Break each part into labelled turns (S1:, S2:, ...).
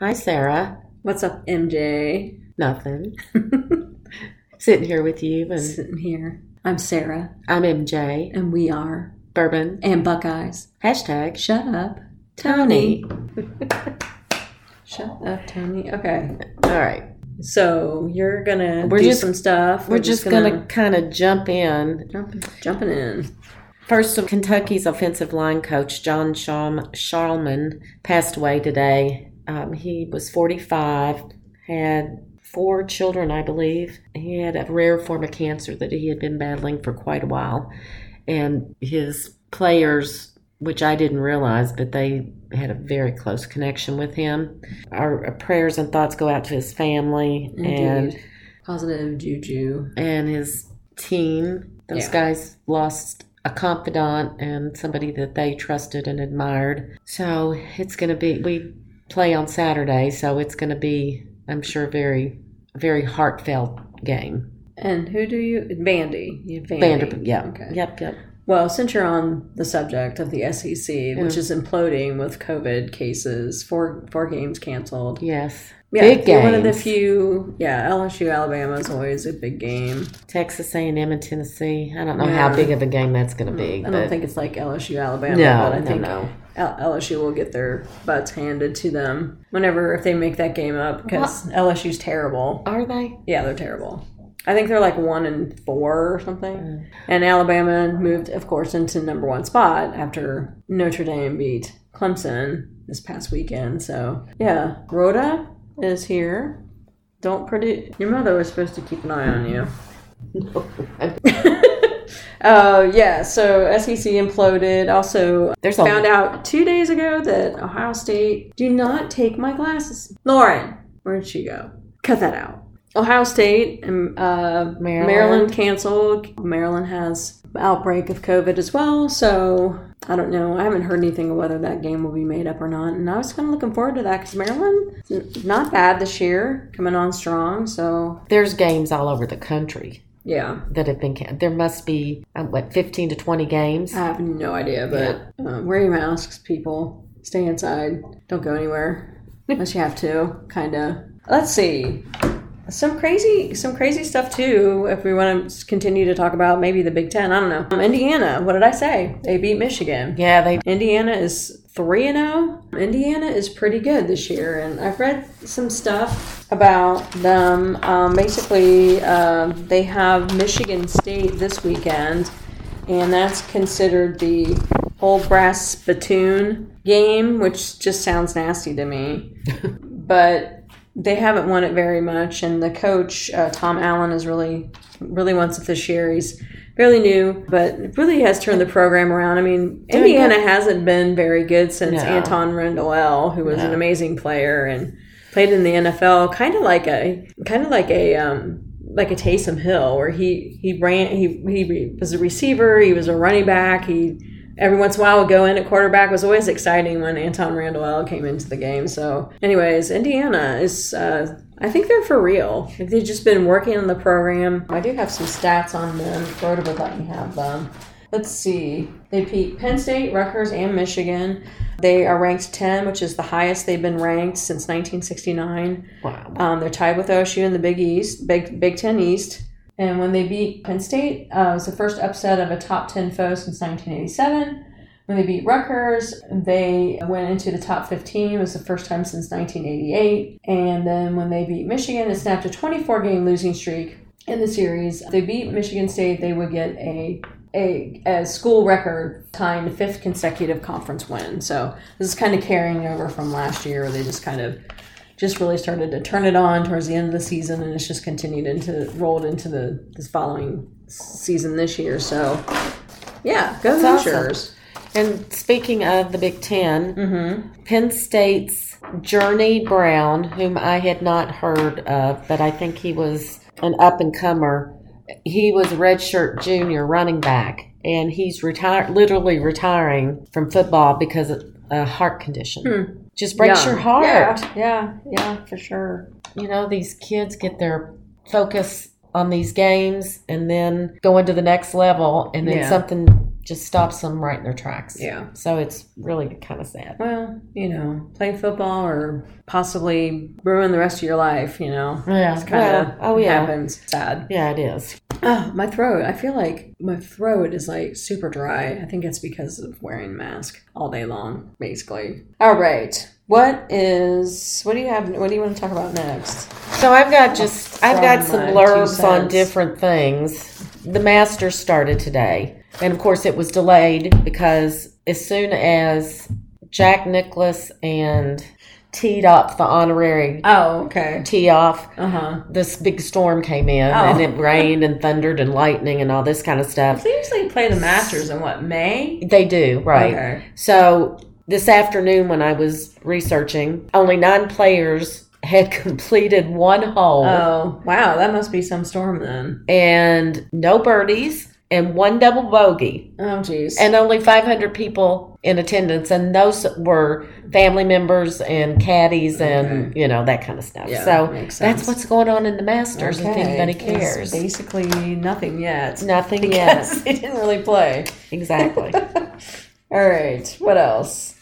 S1: Hi, Sarah.
S2: What's up, MJ?
S1: Nothing. Sitting here with you, and
S2: Sitting here. I'm Sarah,
S1: I'm MJ.
S2: and we are.
S1: Bourbon.
S2: And Buckeyes.
S1: Hashtag sh-
S2: Shut up,
S1: Tony.
S2: Shut up, Tony. Okay.
S1: All right.
S2: So you're gonna
S1: We're
S2: do
S1: just-
S2: some stuff.
S1: We're just going to kind of jump in.
S2: jump, jumping in.
S1: First, some Kentucky's offensive line coach, John Sharm- Sharman, passed away today. Um, he was 45, had four children, I believe. He had a rare form of cancer that he had been battling for quite a while. And his players, which I didn't realize, but they had a very close connection with him. Our prayers and thoughts go out to his family and
S2: Indeed. Positive juju.
S1: and his team. Those
S2: Yeah.
S1: guys lost a confidant and somebody that they trusted and admired. So it's going to be, we play on Saturday, so it's going to be, I'm sure, very, very heartfelt game.
S2: And who do you? Bandy. You have Bandy.
S1: Vanderbilt, yeah.
S2: Okay.
S1: Yep, yep.
S2: Well, since you're on the subject of the SEC, which
S1: Yeah.
S2: is imploding with COVID cases, four four games canceled.
S1: Yes.
S2: Yeah,
S1: Big
S2: you're one of the
S1: games.
S2: few. Yeah, LSU Alabama is always a big game.
S1: Texas A&M and Tennessee. I don't know
S2: Yeah. Mm,
S1: how big of a game that's going to be.
S2: I
S1: but
S2: don't think it's like LSU Alabama,
S1: No,
S2: but I
S1: no,
S2: think
S1: no.
S2: L- LSU will get their butts handed to them whenever if they make that game up because LSU's terrible.
S1: Are they?
S2: Yeah, they're terrible. I think they're like one and four or something. And Alabama moved, of course, into number one spot after Notre Dame beat Clemson this past weekend. So, yeah, Rhoda is here. Don't pretty. Your mother was supposed to keep an eye on you. Oh, yeah. So, SEC imploded. Also,
S1: There's a
S2: found out two days ago that Ohio State do not take my glasses. Lauren, where'd she go? Cut that out. Ohio State and uh,
S1: Maryland.
S2: Maryland. canceled. Maryland has outbreak of COVID as well, so I don't know. I haven't heard anything of whether that game will be made up or not, and I was kind of looking forward to that because Maryland n- not bad this year, coming on strong. So
S1: there's games all over the country
S2: yeah,
S1: that have been can- there must be um, what 15 to 20 games.
S2: I have no idea, but uh, wear your masks, people. Stay inside. Don't go anywhere unless you have to. Kinda. Let's see. Some crazy, some crazy stuff too. If we want to continue to talk about maybe the Big Ten, I don't know. Um, Indiana. What did I say? They beat Michigan.
S1: yeah, they
S2: Indiana is 3 and 0. Indiana is pretty good this year, and I've read some stuff about them. Um, basically, um they have Michigan State this weekend, and that's considered the whole brass spittoon game, which just sounds nasty to me. but they haven't won it very much, and the coach uh, Tom Allen is really really wants it this year. He's fairly new, but really has turned the program around. I mean, Indiana hasn't been very good since
S1: No.
S2: Anton Rendell, who was an amazing player and played in the NFL, kind of like a kind of like a um, like a Taysom Hill, where he he ran he he was a receiver, he was a running back, he. Every once in a while, would go in at quarterback. It was always exciting when Anton Randall came into the game. So, anyways, Indiana is uh, I think they're for real. Like, They've just been working on the program. I do have some stats on them. Rhoda would let me have um, them. Let's see. They beat Penn State, Rutgers, and Michigan. They are ranked 10, which is the highest they've been ranked since 1969.
S1: wow.
S2: Um, they're tied with OSU in the Big East, Big Big Ten East. And when they beat Penn State, uh, it was the first upset of a top 10 foe since 1987. When they beat Rutgers, they went into the top 15. It was the first time since 1988. And then when they beat Michigan, it snapped a 24 game losing streak in the series. If they beat Michigan State, they would get a a, a school record time fifth consecutive conference win. So this is kind of carrying over from last year where they just kind of just really started to turn it on towards the end of the season, and it's just continued into rolled into the this following season this year. So, yeah, go
S1: That's awesome.
S2: Hoosiers.
S1: And speaking of the Big 10
S2: Mm-hmm.
S1: Penn State's Journey Brown, whom I had not heard of, but I think he was an up and comer. He was a redshirt junior running back, and he's retired, literally retiring from football because of a heart condition. Just breaks
S2: Hmm. Yeah.
S1: your heart.
S2: Yeah, yeah, yeah, for sure.
S1: You know, these kids get their focus on these games and then go into the next level, and then
S2: Yeah.
S1: something just stops them right in their tracks.
S2: Yeah.
S1: So it's really kind of sad.
S2: Well, you know, play football or possibly ruin the rest of your life, you know.
S1: Yeah.
S2: It's kind of
S1: oh yeah.
S2: happens. Sad.
S1: Yeah, it is.
S2: Oh, my throat. I feel like my throat is like super dry. I think it's because of wearing mask all day long, basically. All right. What is what do you have what do you want to talk about next?
S1: So I've got just I've got
S2: From
S1: some
S2: my uh, two
S1: blurbs on
S2: cents.
S1: different things. The Masters started today, and of course it was delayed because as soon as Jack Nicklaus and teed up the honorary
S2: Oh, okay.
S1: tee off,
S2: Uh-huh.
S1: this big storm came in
S2: Oh.
S1: and it rained and thundered and lightning and all this kind of stuff.
S2: They usually play the Masters in what, May?
S1: They do, right?
S2: Okay.
S1: So this afternoon, when I was researching, only nine players had completed one hole
S2: Oh, wow, that must be some storm then.
S1: and no birdies and one double bogey,
S2: Oh geez.
S1: and only 500 people in attendance. And those were family members and caddies and, you know, that kind of stuff.
S2: Yeah,
S1: so
S2: makes sense.
S1: that's what's going on in the Masters if
S2: Okay.
S1: anybody
S2: It's
S1: cares.
S2: basically nothing yet.
S1: Nothing yet.
S2: Because they didn't really play.
S1: Exactly.
S2: All right. What else?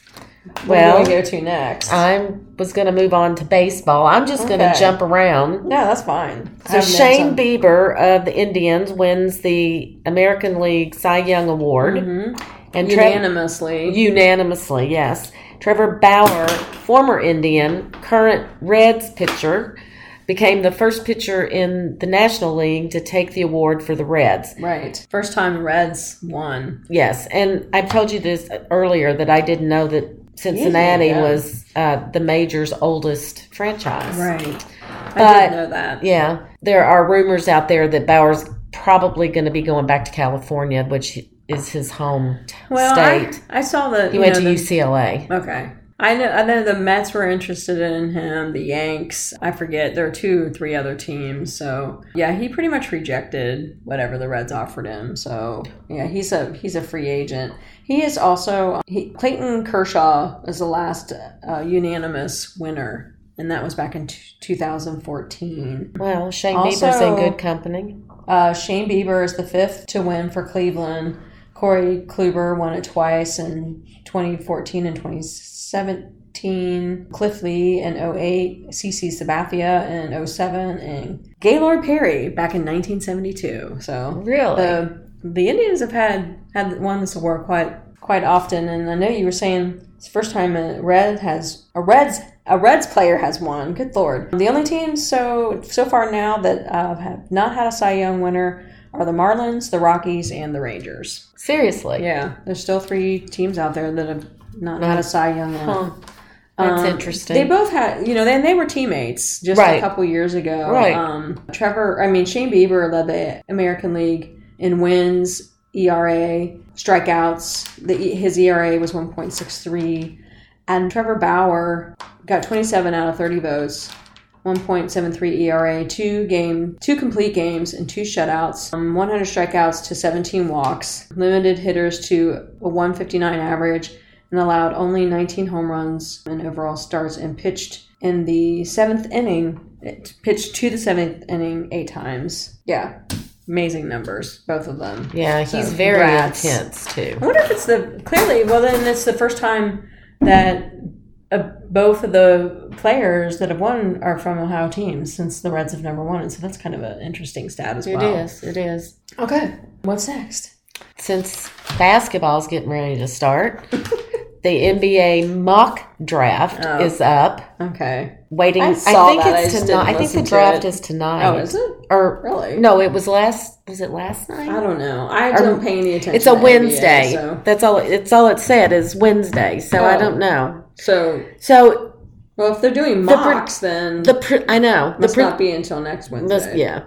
S1: Well- um,
S2: what do we go to next?
S1: I was going to move on to baseball. I'm just going
S2: Okay.
S1: to jump around.
S2: no, that's fine.
S1: So Shane Bieber of the Indians wins the American League Cy Young Award,
S2: hmm
S1: and Trev-
S2: unanimously.
S1: unanimously, yes. Trevor Bauer, former Indian, current Reds pitcher, became the first pitcher in the National League to take the award for the Reds.
S2: right. First time Reds won.
S1: Yes, and I told you this earlier that I didn't know that Cincinnati
S2: yeah.
S1: was uh, the major's oldest franchise.
S2: Right. I
S1: But-
S2: didn't know that.
S1: Yeah, there are rumors out there that Bauer's probably going to be going back to California, which is his home t-
S2: Well, I,
S1: state.
S2: I saw the.
S1: he
S2: you
S1: went
S2: know,
S1: to
S2: the-
S1: UCLA.
S2: Okay. I know, I know the Mets were interested in him, the Yanks. I forget. There are two, three other teams. So, yeah, he pretty much rejected whatever the Reds offered him. So, yeah, he's a he's a free agent. He is also he, Clayton Kershaw is the last uh, unanimous winner, and that was back in t- 2014.
S1: Well, Shane
S2: Also-
S1: Bieber's in good company.
S2: Uh, Shane Bieber is the fifth to win for Cleveland. Corey Kluber won it twice in 2014 and 2017. Cliff Lee in 08, CC Sabathia in 07, and Gaylord Perry back in 1972. So
S1: Really?
S2: the the Indians have had had won this award quite quite often, and I know you were saying it's the first time a Red has a Reds a Reds player has won. Good lord! The only teams so so far now that uh, have not had a Cy Young winner are the Marlins, the Rockies, and the Rangers.
S1: Seriously.
S2: Yeah, there's still three teams out there that have not had a Cy Young winner.
S1: Huh. That's
S2: Um,
S1: interesting.
S2: They both had, you know, then they were teammates just a
S1: Right.
S2: couple years ago.
S1: Right.
S2: Um, Trevor, I mean, Shane Bieber led the American League in wins, ERA, strikeouts. The, E, his ERA was 1.63. And Trevor Bauer got 27 out of 30 votes. 1.73 ERA, E two game, two complete games, and two shutouts. Um, 100 strikeouts to 17 walks. Limited hitters to a 159 average, and allowed only 19 home runs and overall starts. And pitched in the seventh inning, it pitched to the seventh inning eight times. Yeah, amazing numbers, both of them.
S1: yeah,
S2: So,
S1: he's very
S2: congrats.
S1: intense too.
S2: I wonder if it's the clearly. Well, then it's the first time that uh, both of the players that have won are from Ohio teams since the Reds have never won it. So that's kind of an interesting stat as
S1: It is.
S2: well.
S1: It is.
S2: Okay, what's next?
S1: Since basketball's getting ready to start, the NBA mock draft
S2: Oh.
S1: is up.
S2: Okay.
S1: Waiting.
S2: I
S1: I,
S2: saw
S1: think
S2: that, I
S1: it's
S2: just didn't
S1: tonight. I think
S2: listen
S1: the
S2: to
S1: draft
S2: it.
S1: is tonight.
S2: Oh, is it
S1: Or
S2: really?
S1: No, it was last. Was it last night?
S2: I don't know. I don't pay any attention.
S1: It's a
S2: to NBA,
S1: Wednesday.
S2: so
S1: That's all. It's all it said is Wednesday. So I
S2: Oh.
S1: don't know.
S2: so
S1: So
S2: well, if they're doing
S1: The pre-
S2: mocks, then
S1: the pr- I know the
S2: must
S1: pr-
S2: not be until next Wednesday.
S1: this, yeah.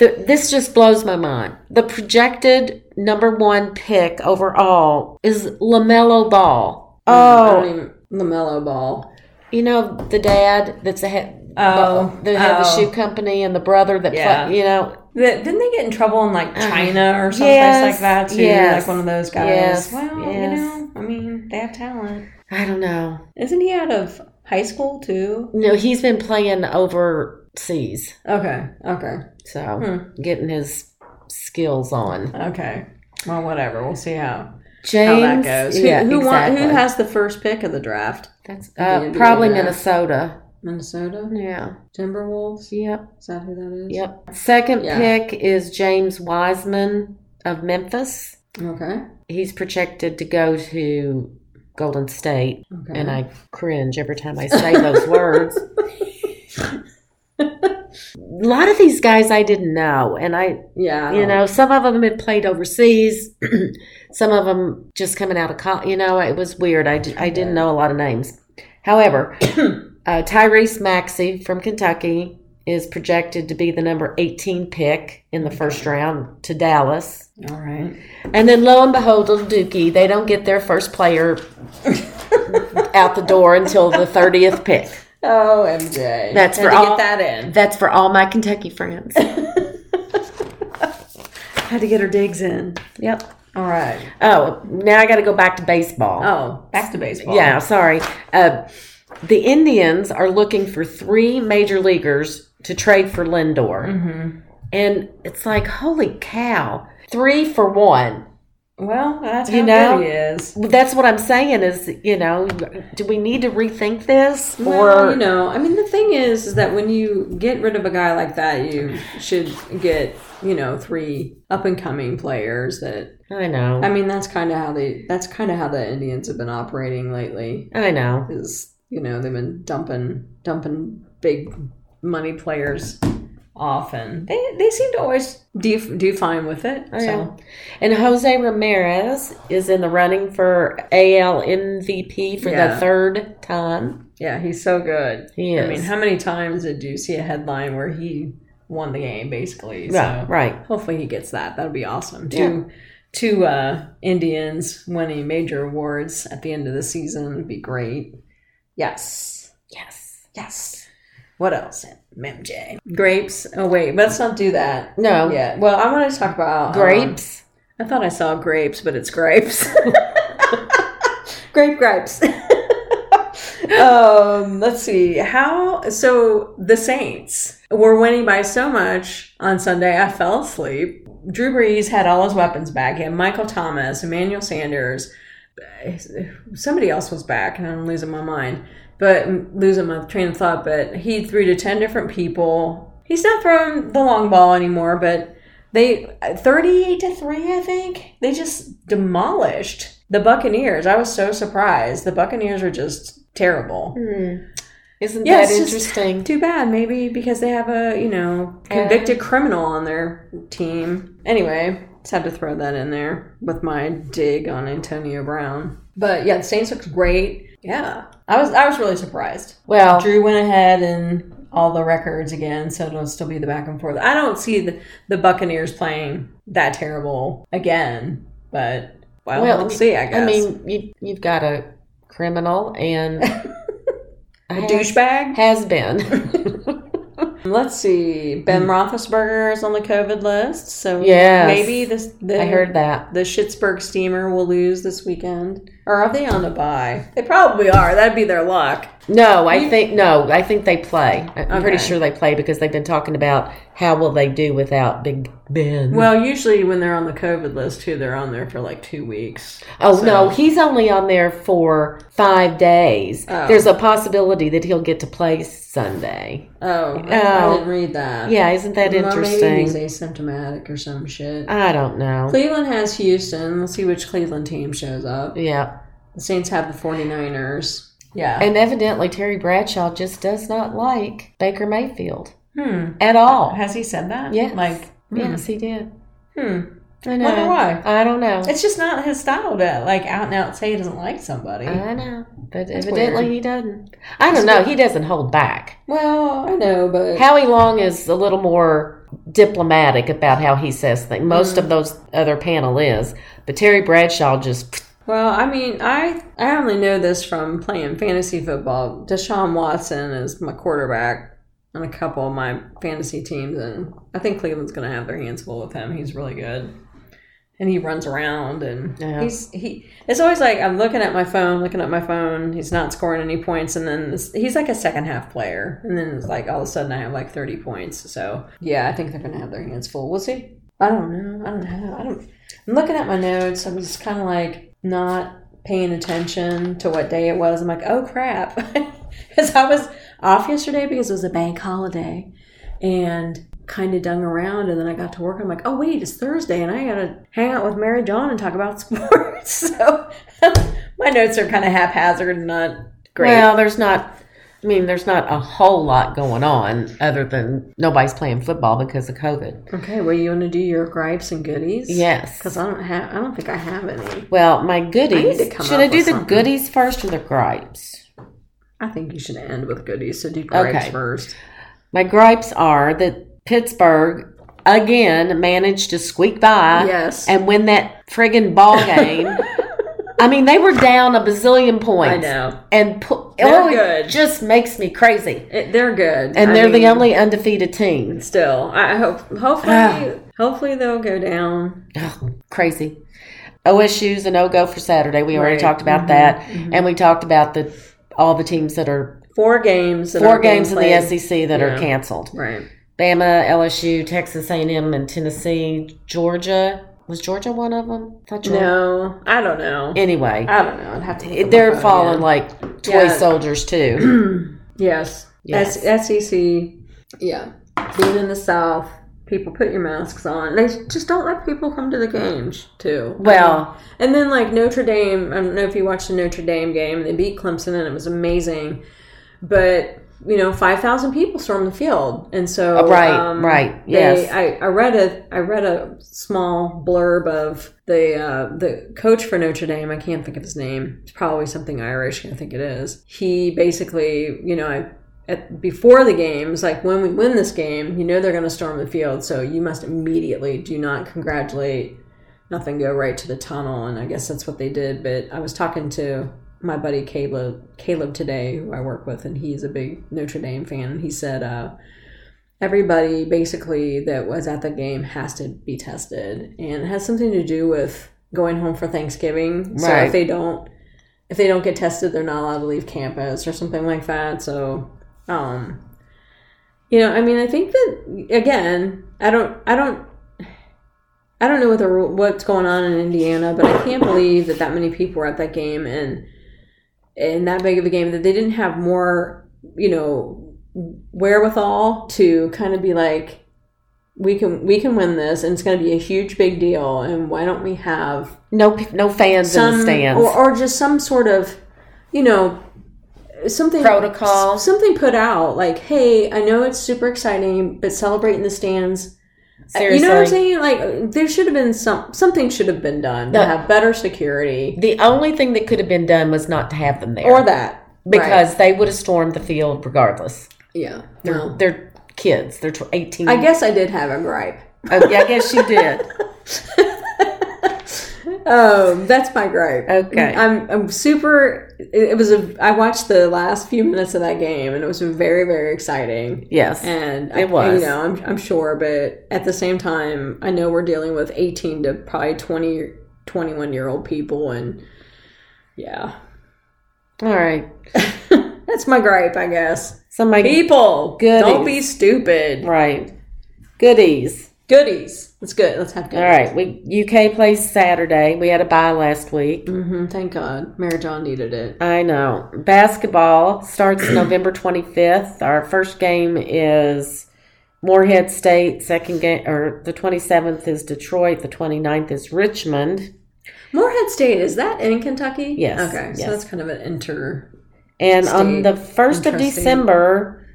S1: The, this just blows my mind. The projected number one pick overall is Lamelo Ball.
S2: Mm, I
S1: Oh,
S2: don't even, Lamelo Ball.
S1: you know the dad that's a head.
S2: Oh,
S1: the head of the
S2: oh.
S1: shoe company and the brother that
S2: Yeah.
S1: play, you know
S2: The, didn't they get in trouble in like China or someplace
S1: Uh-huh. Yes,
S2: like that too?
S1: yes,
S2: like one of those guys.
S1: yes,
S2: well,
S1: yes.
S2: you know, I mean, they have talent.
S1: I don't know.
S2: Isn't he out of high school too?
S1: No, he's been playing overseas,
S2: Okay, okay, Hmm.
S1: so getting his skills on.
S2: okay. Well, whatever. We'll see how, how that
S1: James,
S2: goes.
S1: yeah,
S2: who, who, won-
S1: exactly.
S2: who has the first pick of the draft?
S1: That's
S2: The
S1: uh,
S2: NBA
S1: probably
S2: draft.
S1: Minnesota.
S2: Minnesota
S1: Yeah.
S2: Timberwolves.
S1: Yep.
S2: Is that who that is?
S1: Yep. Second
S2: Yeah.
S1: pick is James Wiseman of Memphis.
S2: Okay.
S1: He's projected to go to Golden State,
S2: Okay.
S1: and I cringe every time I say those words. A lot of these guys I didn't know, and I,
S2: yeah. I
S1: you
S2: don't-
S1: know, some of them had played overseas, some of them just coming out of college. You know, it was weird. I, d- I didn't know a lot of names. However, uh, Tyrese Maxey from Kentucky is projected to be the number 18 pick in the first round to Dallas.
S2: All right.
S1: And then lo and behold, little Dookie, they don't get their first player out the door until the 30th pick.
S2: Oh, MJ.
S1: That's
S2: Had
S1: for
S2: to
S1: all-
S2: get that in.
S1: That's for all my Kentucky friends.
S2: Had to get her digs in.
S1: Yep.
S2: All right.
S1: Oh, now I got to go back to baseball.
S2: Oh, back to baseball.
S1: Yeah, sorry. Uh, the Indians are looking for three major leaguers to trade for Lindor.
S2: Mm-hmm.
S1: And it's like, holy cow, three for one.
S2: Well, that's
S1: You
S2: how
S1: know?
S2: good he is.
S1: That's what I'm saying is, you know, do we need to rethink this?
S2: Well,
S1: or,
S2: you know, I mean, the thing is, is that when you get rid of a guy like that, you should get, you know, three up and coming players. That
S1: I know.
S2: I mean, that's kind of how they. That's kind of how the Indians have been operating lately.
S1: I know.
S2: Is you know they've been dumping dumping big money players off, and they they seem to always do do fine with it.
S1: I know.
S2: so
S1: And Jose Ramirez is in the running for AL MVP for
S2: Yeah.
S1: the third time.
S2: yeah, he's so good.
S1: He is.
S2: I mean, how many times did you see a headline where he won the game, basically?
S1: yeah,
S2: So
S1: right.
S2: hopefully he gets that. That'll be awesome.
S1: Yeah.
S2: Two, two uh, Indians winning major awards at the end of the season would be great. Yes.
S1: Yes.
S2: Yes. What else? MJ. Grapes. Oh, wait. Let's not do that.
S1: No.
S2: Yeah. Well, I want to talk about um,
S1: Grapes.
S2: I thought I saw grapes, but it's grapes. Grape gripes. um, let's see. How so the Saints were winning by so much on Sunday I fell asleep. Drew Brees had all his weapons back. He had Michael Thomas, Emmanuel Sanders, uh, somebody else was back, and I'm losing my mind. But I'm losing my train of thought, but he threw to ten different people. He's not throwing the long ball anymore, but they 38 to 3 i think they just demolished the buccaneers i was so surprised the buccaneers are just terrible
S1: Hmm. Isn't
S2: Yeah,
S1: that
S2: it's just-
S1: interesting?
S2: too bad maybe because they have a you know convicted criminal on their team anyway just had to throw that in there with my dig on antonio brown but yeah the saints looked great yeah i was i was really surprised
S1: Well,
S2: Drew went ahead and all the records again, so it'll still be the back and forth. I don't see the, the Buccaneers playing that terrible again, but well,
S1: Well,
S2: we'll, see. I guess.
S1: I mean, you, you've got a criminal and
S2: a
S1: has-
S2: douchebag.
S1: has been.
S2: Let's see. Ben Roethlisberger is on the COVID list, so
S1: Yes.
S2: maybe this. The,
S1: I heard that.
S2: the Schittsburg Steamer will lose this weekend, or are they on a bye? They probably are. That'd be their luck.
S1: No, I think no, I think they play. I'm pretty
S2: Okay.
S1: sure they play because they've been talking about how will they do without Big Ben.
S2: Well, usually when they're on the COVID list, too, they're on there for like two weeks.
S1: oh
S2: so-
S1: no, he's only on there for five days.
S2: Oh.
S1: There's a possibility that he'll get to play Sunday.
S2: Oh, I, I
S1: Oh.
S2: didn't read that.
S1: Yeah, isn't that
S2: Uh, Well, Maybe he's
S1: interesting?
S2: asymptomatic or some shit.
S1: I don't know.
S2: Cleveland has Houston. We'll see which Cleveland team shows up.
S1: Yeah,
S2: The Saints have the 49ers. Yeah.
S1: and evidently Terry Bradshaw just does not like Baker Mayfield
S2: hmm.
S1: at all.
S2: Has he said that?
S1: Yes.
S2: Like, hmm.
S1: Yes, he did.
S2: Hmm.
S1: I know.
S2: Wonder why.
S1: I don't know.
S2: It's just not his style to, like, out and out say he doesn't like somebody.
S1: I know, but
S2: That's
S1: evidently
S2: weird.
S1: he doesn't. I
S2: That's
S1: don't know.
S2: weird.
S1: He doesn't hold back.
S2: well, I know, but.
S1: Howie Long is a little more diplomatic about how he says things. Most of those other panel is, but Terry Bradshaw just
S2: Well, I mean, I I only know this from playing fantasy football. Deshaun Watson is my quarterback on a couple of my fantasy teams, and I think Cleveland's going to have their hands full with him. He's really good, and he runs around, and
S1: Yeah.
S2: he's he. It's always like I'm looking at my phone, looking at my phone. He's not scoring any points, and then this, he's like a second half player, and then it's like all of a sudden I have like 30 points. So yeah, I think they're going to have their hands full. We'll see. I don't know. I don't know. I don't. I'm looking at my notes. I'm just kind of like not paying attention to what day it was. I'm like, oh crap, because I was off yesterday because it was a bank holiday, and kind of dung around. And then I got to work. I'm like, oh wait, it's Thursday, and I gotta hang out with Mary John and talk about sports. so my notes are kind of haphazard and not great.
S1: Well, there's not. I mean, there's not a whole lot going on other than nobody's playing football because of COVID.
S2: okay, well, you want to do your gripes and goodies?
S1: Yes.
S2: Because I don't have. I don't think I have any.
S1: Well, my goodies.
S2: I need to come
S1: should
S2: up
S1: I do
S2: with
S1: the
S2: something.
S1: goodies first or the gripes?
S2: I think you should end with goodies. So do gripes
S1: Okay.
S2: first.
S1: My gripes are that Pittsburgh again managed to squeak by
S2: yes.
S1: and win that friggin' ball game. I mean, they were down a bazillion
S2: I
S1: points.
S2: know.
S1: And pu-
S2: They're
S1: oh, it
S2: good.
S1: just makes me crazy.
S2: It, they're good.
S1: And
S2: I
S1: they're the
S2: mean,
S1: only undefeated team.
S2: Still, I hope.
S1: Ah.
S2: Hopefully, hopefully they'll go down.
S1: Oh, crazy. OSU's a no go for Saturday. We already
S2: Right.
S1: talked about
S2: Mhm.
S1: that.
S2: Mhm.
S1: And we talked about the all the teams that are
S2: Four games. that
S1: four
S2: are being
S1: games in the E
S2: played.
S1: SEC that are
S2: Yeah.
S1: canceled.
S2: Right.
S1: Bama, LSU, Texas A&M, and Tennessee. Georgia was Georgia one of them. I Thought Georgia.
S2: No, I don't know.
S1: Anyway,
S2: I don't know. I'd have to. look at my
S1: they're
S2: phone
S1: falling
S2: again.
S1: like toy
S2: Yeah.
S1: soldiers too.
S2: yes.
S1: Yes.
S2: S- SEC. Yeah. Being in the South, people put your masks on. They just don't let people come to the games too.
S1: Well,
S2: And then like Notre Dame, I don't know if you watched the Notre Dame game. They beat Clemson and it was amazing, but you know, five thousand people stormed the field, and so
S1: Oh, right,
S2: um,
S1: right,
S2: they-
S1: yes.
S2: I, I read a I read a small blurb of the uh, the coach for Notre Dame. I can't think of his name. It's probably something Irish. I think it is. He basically, you know, I. At, before the games, like when we win this game, you know they're going to storm the field, so you must immediately do not congratulate nothing go right to the tunnel and i guess that's what they did but i was talking to my buddy caleb caleb today who i work with and he's a big notre dame fan and he said uh, everybody basically that was at the game has to be tested and it has something to do with going home for thanksgiving so
S1: Right.
S2: if they don't if they don't get tested they're not allowed to leave campus or something like that so um you know i mean i think that again i don't i don't I don't know what the ru- what's going on in Indiana, but I can't believe that that many people were at that game and in that big of a game that they didn't have more, you know, wherewithal to kind of be like, we can we can win this, and it's going to be a huge big deal, and why don't we have
S1: no pe- no fans in
S2: some
S1: the stands.
S2: or or just some sort of, you know. Something
S1: Protocol.
S2: something put out like, "Hey, I know it's super exciting, but celebrate in the stands
S1: Seriously.
S2: you know what I'm saying? Like there should have been some something should have been done
S1: No.
S2: to have better security
S1: The only thing that could have been done was not to have them there,
S2: or that
S1: because they would have stormed the field regardless.
S2: Right. yeah.
S1: They're,
S2: No.
S1: they're kids. They're tw- eighteen.
S2: I guess I did have a gripe.
S1: Oh, yeah, I guess you did.
S2: Um, that's my gripe.
S1: Okay.
S2: I'm I'm super. It, it was a. I watched the last few minutes of that game and it was very very exciting.
S1: Yes.
S2: And
S1: It
S2: I,
S1: was.
S2: you know, I'm I'm sure, but at the same time, I know we're dealing with 18 to probably 20, 21 year old people, and yeah,
S1: All right.
S2: that's my gripe, I guess.
S1: So my
S2: People,
S1: Goodies.
S2: don't be stupid.
S1: right goodies.
S2: Goodies. That's good. Let's have
S1: All
S2: goodies.
S1: right, we UK plays Saturday. We had a bye last week.
S2: Mm-hmm. Thank God. Mary John needed it.
S1: I know. Basketball starts November 25th. Our first game is Moorhead State. Second game, or the 27th is Detroit. The 29th is Richmond.
S2: Moorhead State, is that in Kentucky?
S1: Yes.
S2: Okay.
S1: Yes.
S2: So that's kind of an inter.
S1: And on
S2: State.
S1: the 1st of
S2: Interesting.
S1: December,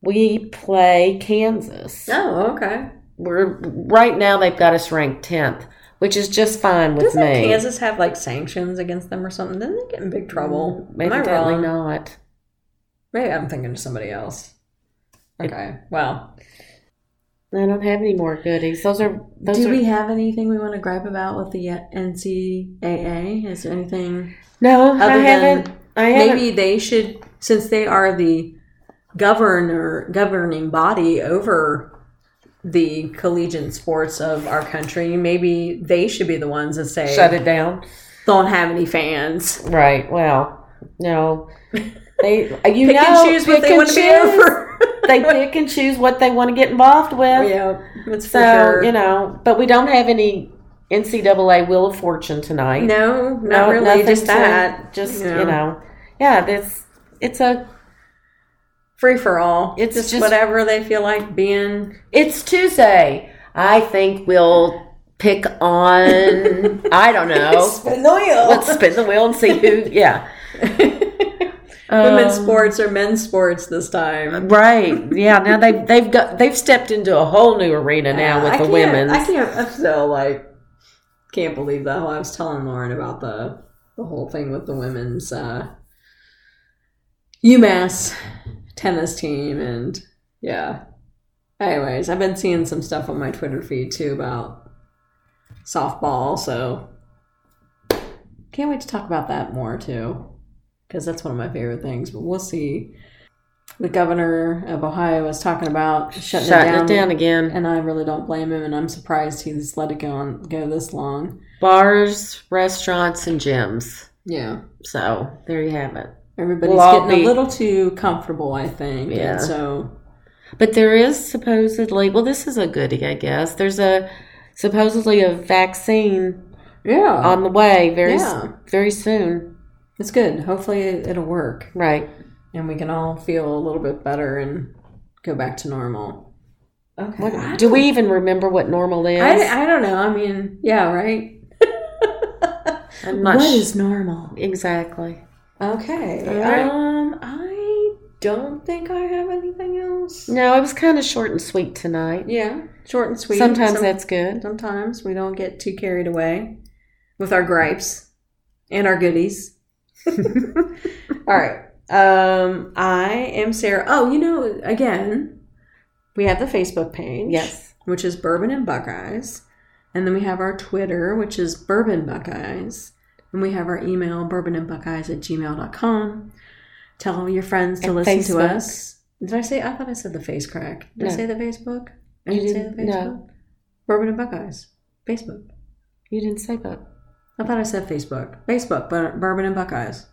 S1: we play Kansas.
S2: Oh, okay.
S1: We're right now they've got us ranked 10th, which is just fine with
S2: Doesn't
S1: me.
S2: Kansas have like sanctions against them or something? Then they get in big trouble.
S1: Mm, Maybe
S2: Am I
S1: definitely
S2: wrong?
S1: not.
S2: Maybe I'm thinking of somebody else. Okay. Well,
S1: I don't have any more goodies. Those are those
S2: do
S1: are
S2: we have anything we want to gripe about with the NCAA? Is there anything
S1: no. I
S2: other than-
S1: haven't. I haven't.
S2: Maybe they should, since they are the governor governing body over the collegiate sports of our country, maybe they should be the ones that say
S1: shut it down.
S2: don't have any fans.
S1: Right. Well, no. They you
S2: Pick
S1: know
S2: and choose what
S1: pick
S2: they
S1: and
S2: want to be
S1: choose.
S2: over. Oh,
S1: they pick and choose what they want to get involved with.
S2: yeah, it's for
S1: So
S2: sure.
S1: you know, but we don't have any NCAA Wheel of Fortune tonight.
S2: no, not
S1: No,
S2: really.
S1: nothing
S2: Just
S1: to-
S2: that
S1: Just
S2: Yeah.
S1: you know, yeah. This it's a
S2: free for all.
S1: It's
S2: just,
S1: just-
S2: whatever they feel like being.
S1: It's Tuesday. I think we'll pick on I don't know.
S2: Spin the wheel.
S1: Let's spin the wheel and see who. Yeah,
S2: Women's
S1: Um,
S2: sports or men's sports this time.
S1: Right? Yeah. Now they've they've got they've stepped into a whole new arena now
S2: I
S1: with the
S2: can't-
S1: women's.
S2: I can't. I'm still like can't believe that. Well, I was telling Lauren about the the whole thing with the women's uh, UMass tennis team, and yeah. Anyways, I've been seeing some stuff on my Twitter feed too about softball, so can't wait to talk about that more too, because that's one of my favorite things. But we'll see. The governor of Ohio was talking about shutting,
S1: Shutting it
S2: it down
S1: down again.
S2: and I really don't blame him. And I'm surprised he's let it go on go this long.
S1: Bars, restaurants, and gyms.
S2: Yeah,
S1: So there you have it.
S2: everybody's
S1: We'll all
S2: getting
S1: be-
S2: a little too comfortable, I think.
S1: Yeah.
S2: And so
S1: But there is supposedly well, this is a goodie, I guess. There's a supposedly a vaccine
S2: yeah,
S1: on the way very s-
S2: Yeah.
S1: very soon.
S2: it's good. Hopefully, it, it'll work,
S1: Right.
S2: and we can all feel a little bit better and go back to normal. Okay.
S1: What-
S2: I
S1: do
S2: don't-
S1: we even remember what normal is?
S2: I, I don't know. I mean, yeah, right.
S1: am
S2: What
S1: not
S2: is
S1: su-
S2: normal?
S1: exactly.
S2: Okay.
S1: All right.
S2: Um, I don't think I have anything else.
S1: No, it was kind of short and sweet tonight.
S2: Yeah, short and sweet.
S1: Sometimes
S2: Some-
S1: that's good.
S2: Sometimes we don't get too carried away with our gripes and our goodies. All right. Um, I am Sarah. Oh, you know, again, we have the Facebook page,
S1: Yes.
S2: which is Bourbon and Buckeyes, and then we have our Twitter, which is Bourbon Buckeyes, and we have our email, Bourbon and Buckeyes at gmail.com. Tell your friends to
S1: And
S2: listen
S1: Facebook.
S2: to us. Did I say? I thought I said the face crack. Did I
S1: No.
S2: say the Facebook? I
S1: You
S2: didn't say the
S1: didn't-
S2: Facebook.
S1: no.
S2: Bourbon and Buckeyes. Facebook.
S1: You didn't say that.
S2: I thought I said Facebook. Facebook, but Bourbon and Buckeyes.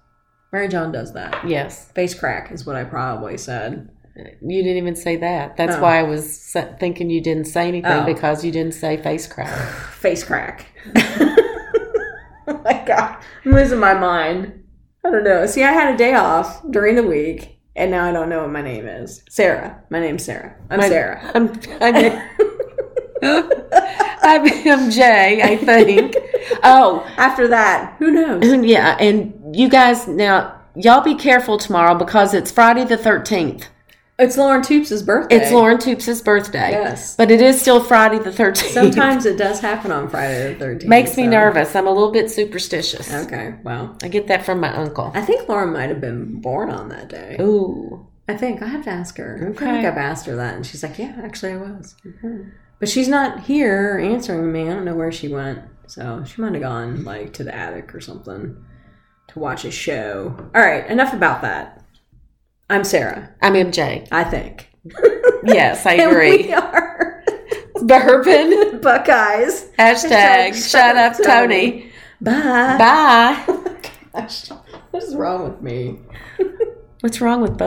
S2: Mary John does that.
S1: Yes.
S2: Face crack is what I probably said.
S1: You didn't even say that. That's
S2: Oh.
S1: why I was se- thinking you didn't say anything
S2: Oh.
S1: because you didn't say face crack.
S2: Face crack. oh my god. I'm losing my mind. I don't know. See, I had a day off during the week, and now I don't know what my name is. Sarah. My name's Sarah. I'm
S1: My-
S2: Sarah.
S1: I'm, I'm, I'm MJ, I think. Oh,
S2: After that, who knows?
S1: yeah. And you guys, now, y'all be careful tomorrow because it's Friday the 13th.
S2: It's Lauren Toops' birthday.
S1: It's Lauren Toops' birthday.
S2: Yes.
S1: But it is still Friday the 13th.
S2: Sometimes it does happen on Friday the 13th.
S1: Makes me
S2: so-
S1: nervous. I'm a little bit superstitious.
S2: Okay, well.
S1: I get that from my uncle.
S2: I think Lauren might have been born on that day.
S1: Ooh.
S2: I think I have to ask her. I
S1: Okay.
S2: think I've asked her that, and she's like, "Yeah, actually, I was." But she's not here answering me. I don't know where she went. So she might have gone like to the attic or something to watch a show. All right, enough about that. I'm Sarah.
S1: I'm MJ.
S2: I think.
S1: Yes, I
S2: And
S1: agree.
S2: we are
S1: Bourbon.
S2: Buckeyes.
S1: Hashtag shut up, Tony.
S2: Bye.
S1: Bye.
S2: Gosh, what is wrong with me?
S1: What's wrong with both?